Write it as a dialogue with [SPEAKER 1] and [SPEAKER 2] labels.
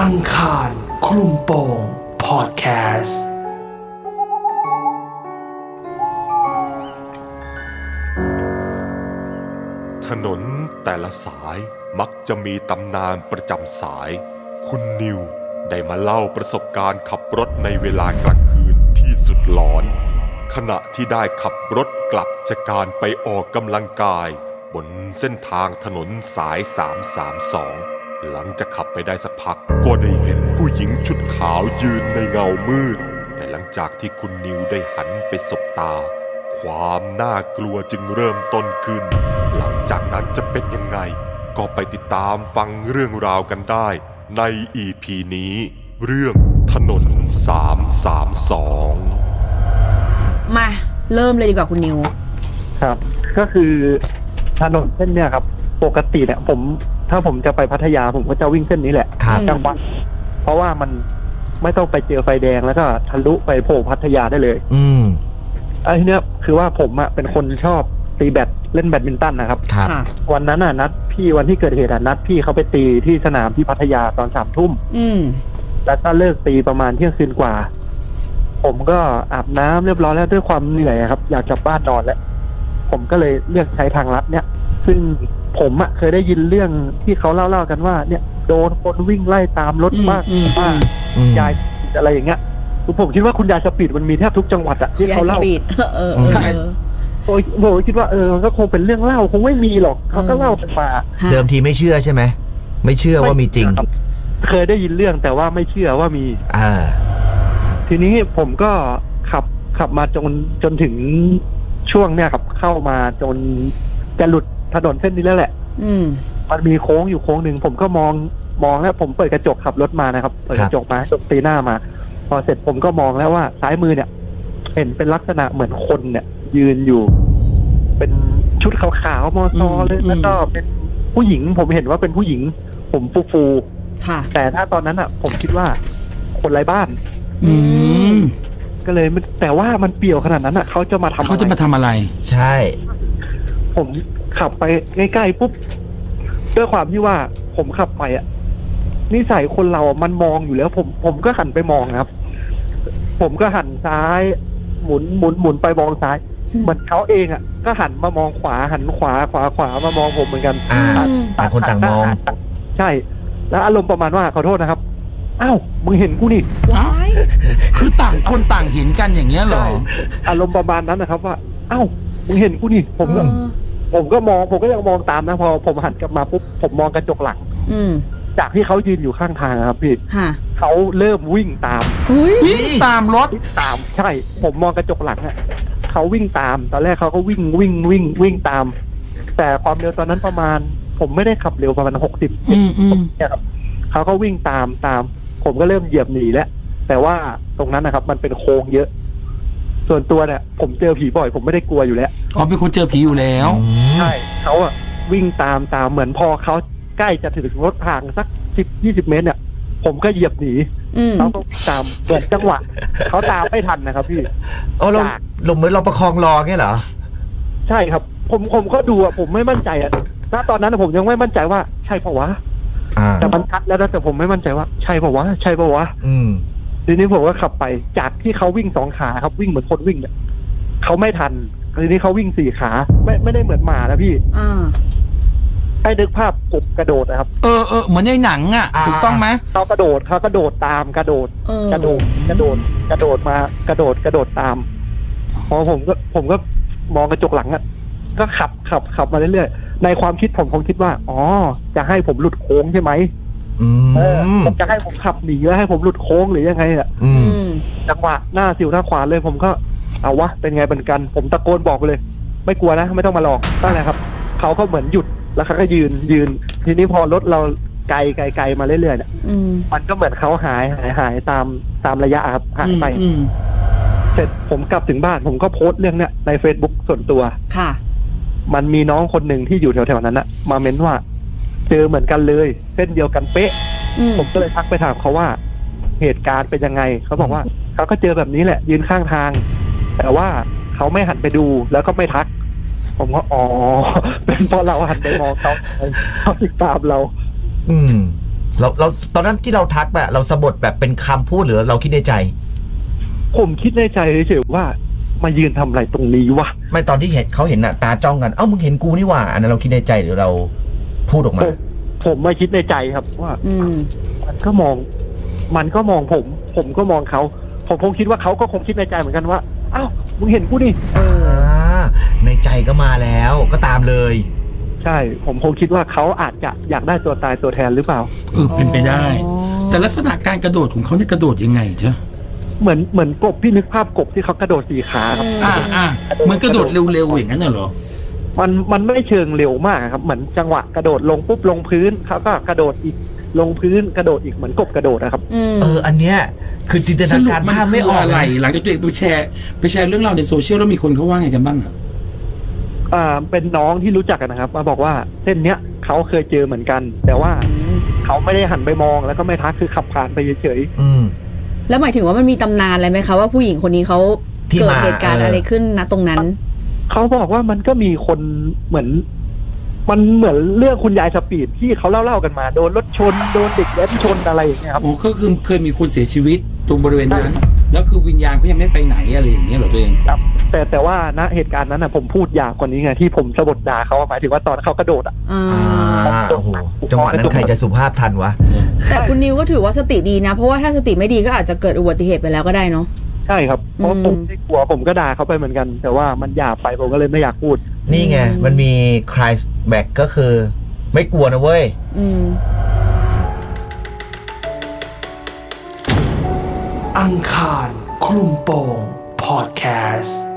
[SPEAKER 1] อังคาร คลุมโปงพอดแคสต์
[SPEAKER 2] ถนนแต่ละสายมักจะมีตำนานประจำสาย คุณนิวได้มาเล่าประสบการณ์ขับรถในเวลากลางคืนที่สุดหลอน ขณะที่ได้ขับรถกลับจากการไปออกกำลังกาย บนเส้นทางถนนสาย 332 หลังจากขับไปได้สักพักก็ได้เห็นผู้หญิงชุดขาวยืนในเงามืด แต่หลังจากที่คุณนิวได้หันไปสบตา ความน่ากลัวจึงเริ่มต้นขึ้น หลังจากนั้นจะเป็นยังไง ก็ไปติดตามฟังเรื่องราวกันได้ใน EP นี้ เรื่องถนน 332
[SPEAKER 3] มาเริ่มเลยดีกว่าคุณนิว
[SPEAKER 4] ครับ ก็คือถนนเส้นเนี้ยครับ ปกติเนี่ย ผม ถ้าผมจะไปพัทยาผมก็จะวิ่งเส้นนี้แหละ
[SPEAKER 5] ครับ
[SPEAKER 4] กลางวันเพราะว่ามันไม่ต้องไปเจอไฟแดงแล้วก็ทะลุไปโผล่พัทยาได้เลย
[SPEAKER 5] อืม
[SPEAKER 4] ไอ้ทีเนี้ยคือว่าผมอะเป็นคนชอบตีแบดเล่นแบดมินตันนะครับ
[SPEAKER 5] ครับ
[SPEAKER 3] ค่ะ
[SPEAKER 4] วันนั้นอะนัดพี่วันที่เกิดเหตุอะนัดพี่เขาไปตีที่สนามที่พัทยาตอนสามทุ่ม
[SPEAKER 3] อืม
[SPEAKER 4] แล้วก็เลิกตีประมาณเที่ยงคืนกว่า ผมก็อาบน้ำเรียบร้อยแล้วด้วยความเหนื่อยอะครับ อยากกลับบ้านนอนแล้ว ผมก็เลยเลือกใช้ทางลัดเนี่ย ซึ่งผมอะเคยได้ยินเรื่องที่เขาเล่าๆกันว่า เนี่ยโดนคนวิ่งไล่ตามรถ
[SPEAKER 3] อืม
[SPEAKER 4] มาก
[SPEAKER 3] อืม
[SPEAKER 4] บ้าง
[SPEAKER 5] อืม
[SPEAKER 4] ยายอะไรอย่างเงี้ยคือผมคิดว่าคุณยายสปีดมันมีแทบทุกจังหวัดอะที่
[SPEAKER 3] ยาย
[SPEAKER 4] เขา
[SPEAKER 3] ส
[SPEAKER 4] เล่า
[SPEAKER 3] ปีดเออเออเออ
[SPEAKER 4] โอ้ยผมคิดว่าเออมันก็คงเป็นเรื่องเล่าคงไม่มีหรอกเขาก็
[SPEAKER 3] อืม
[SPEAKER 4] เล่ากันมา
[SPEAKER 3] ฮะ
[SPEAKER 5] เดิมทีไม่เชื่อใช่ไหม ไม่เชื่อว่ามีจริง
[SPEAKER 4] เคยได้ยินเรื่องแต่ว่าไม่เชื่อว่ามี
[SPEAKER 5] อ่า
[SPEAKER 4] ทีนี้ผมก็ขับขับมาจนจนถึงช่วงเนี่ยครับเข้ามาจนจะหลุดถนนเส้นนี้แล้วแหละ
[SPEAKER 3] อืม
[SPEAKER 4] มันมีโค้งอยู่โค้งหนึ่งผมก็มองมองแล้วผมเปิดกระจกขับรถมานะครับ เปิดกระจกมาจกตีหน้ามา พอเสร็จผมก็มองแล้วว่าซ้ายมือเนี่ย เห็นเป็นลักษณะเหมือนคนเนี่ย ยืนอยู่ เป็นชุดขาวๆมอซอเลย
[SPEAKER 3] อืม
[SPEAKER 4] แล้วก็เป็นผู้หญิง ผมเห็นว่าเป็นผู้หญิง ผมฟูฟู
[SPEAKER 3] ค่ะ
[SPEAKER 4] ๆแต่ถ้าตอนนั้นอ่ะ ผมคิดว่าคนไร้บ้าน
[SPEAKER 6] อืม
[SPEAKER 4] ก็เลยไม่แต่ว่ามันเปรี่ยวขนาดนั้นอ่ะเขาจะมาทำอไร
[SPEAKER 6] เขาจะมาทำอะไร
[SPEAKER 5] ใช่
[SPEAKER 4] ผมขับไปใกล้ๆปุ๊บด้วยความที่ว่าผมขับไปอ่ะนิสัยคนเราอะมันมองอยู่แล้ว ผมผมก็หันไปมองนะครับ ผมก็หันซ้าย หมุนหมุนหมุนไปมองซ้าย
[SPEAKER 3] อืม
[SPEAKER 4] เหมือนเขาเองอ่ะ ก็หันมามองขวาหันขวาขวาขวามามองผมเหมือนกัน
[SPEAKER 5] อ่า
[SPEAKER 3] อืม
[SPEAKER 5] ต่างคนต่างมอง
[SPEAKER 4] ใช่ แล้วอารมณ์ประมาณว่าขอโทษนะครับอ้าวมึงเห็นกูนี่
[SPEAKER 3] ว้าย
[SPEAKER 6] คือต่างคนต่างเห็นกันอย่างเงี้ยเหรอ
[SPEAKER 4] ใช่ อารมณ์ประมาณนั้นนะครับ ว่าอ้าวมึงเห็นกูนี่ผมก็
[SPEAKER 3] เออ
[SPEAKER 4] ผมก็มองผมก็ยังมองตามนะพอผมหันกลับมาปุ๊บผมมองกระจกหลัง
[SPEAKER 3] อืม
[SPEAKER 4] จากที่เขายืนอยู่ข้างทางอะครับพี่
[SPEAKER 3] ค่ะ
[SPEAKER 4] เขาเริ่มวิ่งตาม
[SPEAKER 3] อุ้ย
[SPEAKER 6] วิ่งตามรถ
[SPEAKER 4] วิ่งตามใช่ ผมมองกระจกหลังอะเขาวิ่งตาม ตอนแรกเขาก็วิ่งวิ่งวิ่งวิ่งตาม แต่ความเร็วตอนนั้นประมาณ ผมไม่ได้ขับเร็วประมาณหกสิบ
[SPEAKER 6] อืมอืม
[SPEAKER 4] เนี่ยครับเขาก็วิ่งตามตาม ผมก็เริ่มเหยียบหนีแล้วแต่ว่าตรงนั้นนะครับ มันเป็นโค้งเยอะ ส่วนตัวเนี่ย ผมเจอผีบ่อย ผมไม่ได้กลัวอยู่แล้ว
[SPEAKER 6] อ๋อเป็นคนเจอผีอยู่แล้ว
[SPEAKER 4] ใช่เขาอะวิ่งตามตามเหมือนพอเขาใกล้จะถึงรถทางสักสิบยี่สิบเมตรเนี่ย ผมก็เหยียบหนี
[SPEAKER 3] อืม
[SPEAKER 4] เขาก็ตามเปิดจังหวะเขาตามไม่ทันนะครับพี่
[SPEAKER 5] โอ้เรา
[SPEAKER 4] จาก
[SPEAKER 5] หลงเหมือนเราประคองรอเงี้ยเหรอ
[SPEAKER 4] ใช่ครับ ผมผมก็ดูอะผมไม่มั่นใจอะณตอนนั้นอะผมยังไม่มั่นใจว่าใช่เปะวะ
[SPEAKER 5] อ่า
[SPEAKER 4] แต่มันชัดแล้วนะแต่ผมไม่มั่นใจว่าใช่เปะวะใช่เปะวะ
[SPEAKER 5] อืม
[SPEAKER 4] ทีนี้ผมก็ขับไปจากที่เขาวิ่งสองขาครับวิ่งเหมือนคนวิ่งเนี่ยเขาไม่ทันทีนี้เขาวิ่งสี่ขา ไม่ไม่ได้เหมือนหมานะพี่
[SPEAKER 3] อ่า
[SPEAKER 4] ให้นึกภาพกบกระโดดนะครับ
[SPEAKER 6] เออเออเหมือนในหนังอ่ะ
[SPEAKER 5] อ่า
[SPEAKER 6] ถูกต้องไหม
[SPEAKER 4] เขากระโดดเขากระโดดตามกระโดด
[SPEAKER 3] เออก
[SPEAKER 4] ระโดดกระโดดกระโดดมากระโดดกระโดดตามพอผมก็ผมก็มองกระจกหลังอะก็ขับขับขับมาเรื่อยๆในความคิดผมคงคิดว่า อ๋อ จะให้ผมหลุดโค้งใช่ไหม
[SPEAKER 5] อื
[SPEAKER 4] เออ
[SPEAKER 5] ม
[SPEAKER 4] จะให้ผมขับหนีแล้วให้ผมหลุดโค้งหรือยังไงอะ
[SPEAKER 5] อื
[SPEAKER 3] อื
[SPEAKER 5] ม
[SPEAKER 3] ม
[SPEAKER 4] จังหวะหน้าสิวหน้าขวาเลยผมก็เอาวะเป็นไงเป็นกัน ผมตะโกนบอกไปเลย ไม่กลัวนะไม่ต้องมาหลอกตั้งแต่ครับเขาก็เหมือนหยุดแล้วเขาก็ยืนยืน ทีนี้พอรถเราไกลไกลไกลมาเรื่อยๆเนี่ย
[SPEAKER 3] อืม
[SPEAKER 4] มันก็เหมือนเขาหายหายหายตามตามระยะอะครับหายไป
[SPEAKER 6] อืม
[SPEAKER 4] เสร็จผมกลับถึงบ้านผมก็โพสต์เรื่องเนี้ยใน Facebook ส่วนตัว
[SPEAKER 3] ค่ะ
[SPEAKER 4] มันมีน้องคนหนึ่งที่อยู่แถวๆนั้นนะมาเม้นว่า เจอเหมือนกันเลย เส้นเดียวกันเป๊ะ
[SPEAKER 3] อืม
[SPEAKER 4] ผมก็เลยทักไปถามเขาว่า เหตุการณ์เป็นยังไง เขาบอกว่าเขาก็เจอแบบนี้แหละ ยืนข้างทาง แต่ว่าเขาไม่หันไปดูแล้วก็ไม่ทัก ผมก็อ๋อ เป็นเพราะเราหันไปมองเขาเขาติดตามเรา
[SPEAKER 5] อืม เราเราตอนนั้นที่เราทักแบบเราสะบดแบบเป็นคำพูดหรือเราคิดในใจ
[SPEAKER 4] ผมคิดในใจเฉยๆว่า มายืนทำอะไรตรงนี้วะ
[SPEAKER 5] ไม่ตอนที่เห็นเขาเห็นน่ะตาจ้องกัน เอ้ามึงเห็นกูนี่หว่า อันนั้นเราคิดในใจหรือเราพูดออก
[SPEAKER 4] ผ
[SPEAKER 5] มา
[SPEAKER 4] มผมมาคิดในใจครับว่า
[SPEAKER 3] อืม
[SPEAKER 4] มันก็มอง มันก็มองผม ผมก็มองเขา ผมคงคิดว่าเขาก็คงคิดในใจเหมือนกันว่า อ้าว มึงเห็นกูดิ
[SPEAKER 5] อ่าในใจก็มาแล้วก็ตามเลย
[SPEAKER 4] ใช่ ผมคงคิดว่าเขาอาจจะอยากได้ตัวตายตัวแทนหรือเปล่า
[SPEAKER 6] เออเป็นไปได้
[SPEAKER 3] อ๋อ
[SPEAKER 6] แต่ลักษณะการกระโดดของเขาเนี่ยกระโดดยังไงเธอ
[SPEAKER 4] เหมือน เหมือนกบพี่นึกภาพกบที่เขากระโดดสี่ขาครับ
[SPEAKER 6] อ่าอ่าเหมือนกระโดดเร็วๆอย่างนั้นน่ะเหรอ
[SPEAKER 4] มัน มันไม่เชิงเร็วมากครับ เหมือนจังหวะกระโดดลงปุ๊บลงพื้น เขาก็กระโดดอีก ลงพื้นกระโดดอีกเหมือนกบกระโดดนะครับ
[SPEAKER 3] อืม
[SPEAKER 5] เออ อันเนี้ยคือจินต
[SPEAKER 6] ส
[SPEAKER 5] นา
[SPEAKER 6] รุป
[SPEAKER 5] การ
[SPEAKER 6] มัน
[SPEAKER 5] ภาพ
[SPEAKER 6] คื
[SPEAKER 5] ไม่
[SPEAKER 6] อ
[SPEAKER 5] ออก
[SPEAKER 6] อะไร
[SPEAKER 5] เลย
[SPEAKER 6] หลังจากตัวเองไปแชร์ไปแชร์เรื่องราวในโซเชียลแล้วมีคนเขาว่าไงกันบ้างอ่ะ
[SPEAKER 4] อ่า เป็นน้องที่รู้จักกันนะครับ มาบอกว่าเส้นเนี้ยเขาเคยเจอเหมือนกัน แต่ว่าเขาไม่ได้หันไปมองแล้วก็ไม่ทักคือขับผ่านไปเฉยๆ
[SPEAKER 5] อืม
[SPEAKER 3] แล้วหมายถึงว่ามันมีตำนานอะไรไหมคะว่าผู้หญิงคนนี้เขา
[SPEAKER 5] ที่
[SPEAKER 3] เกิด
[SPEAKER 5] มา
[SPEAKER 3] เหตุการ
[SPEAKER 5] เอ
[SPEAKER 3] ณ์
[SPEAKER 5] ออ
[SPEAKER 3] อะไรขึ้นนะตรงนั้น
[SPEAKER 4] เขาบอกว่ามันก็มีคนเหมือน มันเหมือนเรื่องคุณยายสปีดที่เขาเล่าๆกันมา โดนรถชน โดนเด็กแว้นชนอะไรอย่างเงี้ยครับ
[SPEAKER 6] โอ้ก็คือเคยมีคนเสียชีวิตตรงบริเวณนั้น แล้วคือวิญญาณเขายังไม่ไปไหนอะไรอย่างเงี้ยเหรอตัวเอง
[SPEAKER 4] แต่แต่ว่าณเหตุการณ์นั้นนะผมพูดยาวกว่านี้ไงที่ผมสะบดด่าเขาอะหมายถึงว่าตอนเขากระโดดอ่ะ
[SPEAKER 3] อ่า
[SPEAKER 5] อ่าโอ้โหจังหวะนั้นใครจะสุภาพทันวะ
[SPEAKER 3] แต่คุณนิวก็ถือว่าสติดีนะ เพราะว่าถ้าสติไม่ดีก็อาจจะเกิดอุบัติเหตุไปแล้วก็ได้เนาะ
[SPEAKER 4] ใช่ครับเพราะ
[SPEAKER 3] อืม
[SPEAKER 4] ผมที่กลัวผมก็ด่าเขาไปเหมือนกัน แต่ว่ามันหยาบไปผมก็เลยไม่อยากพูด
[SPEAKER 5] นี่ไง มันมีคลายแบ็กก็คือ ไม่กลัวนะเว้ย
[SPEAKER 3] อืม
[SPEAKER 1] อังคารคลุมโปงพอดแคสต์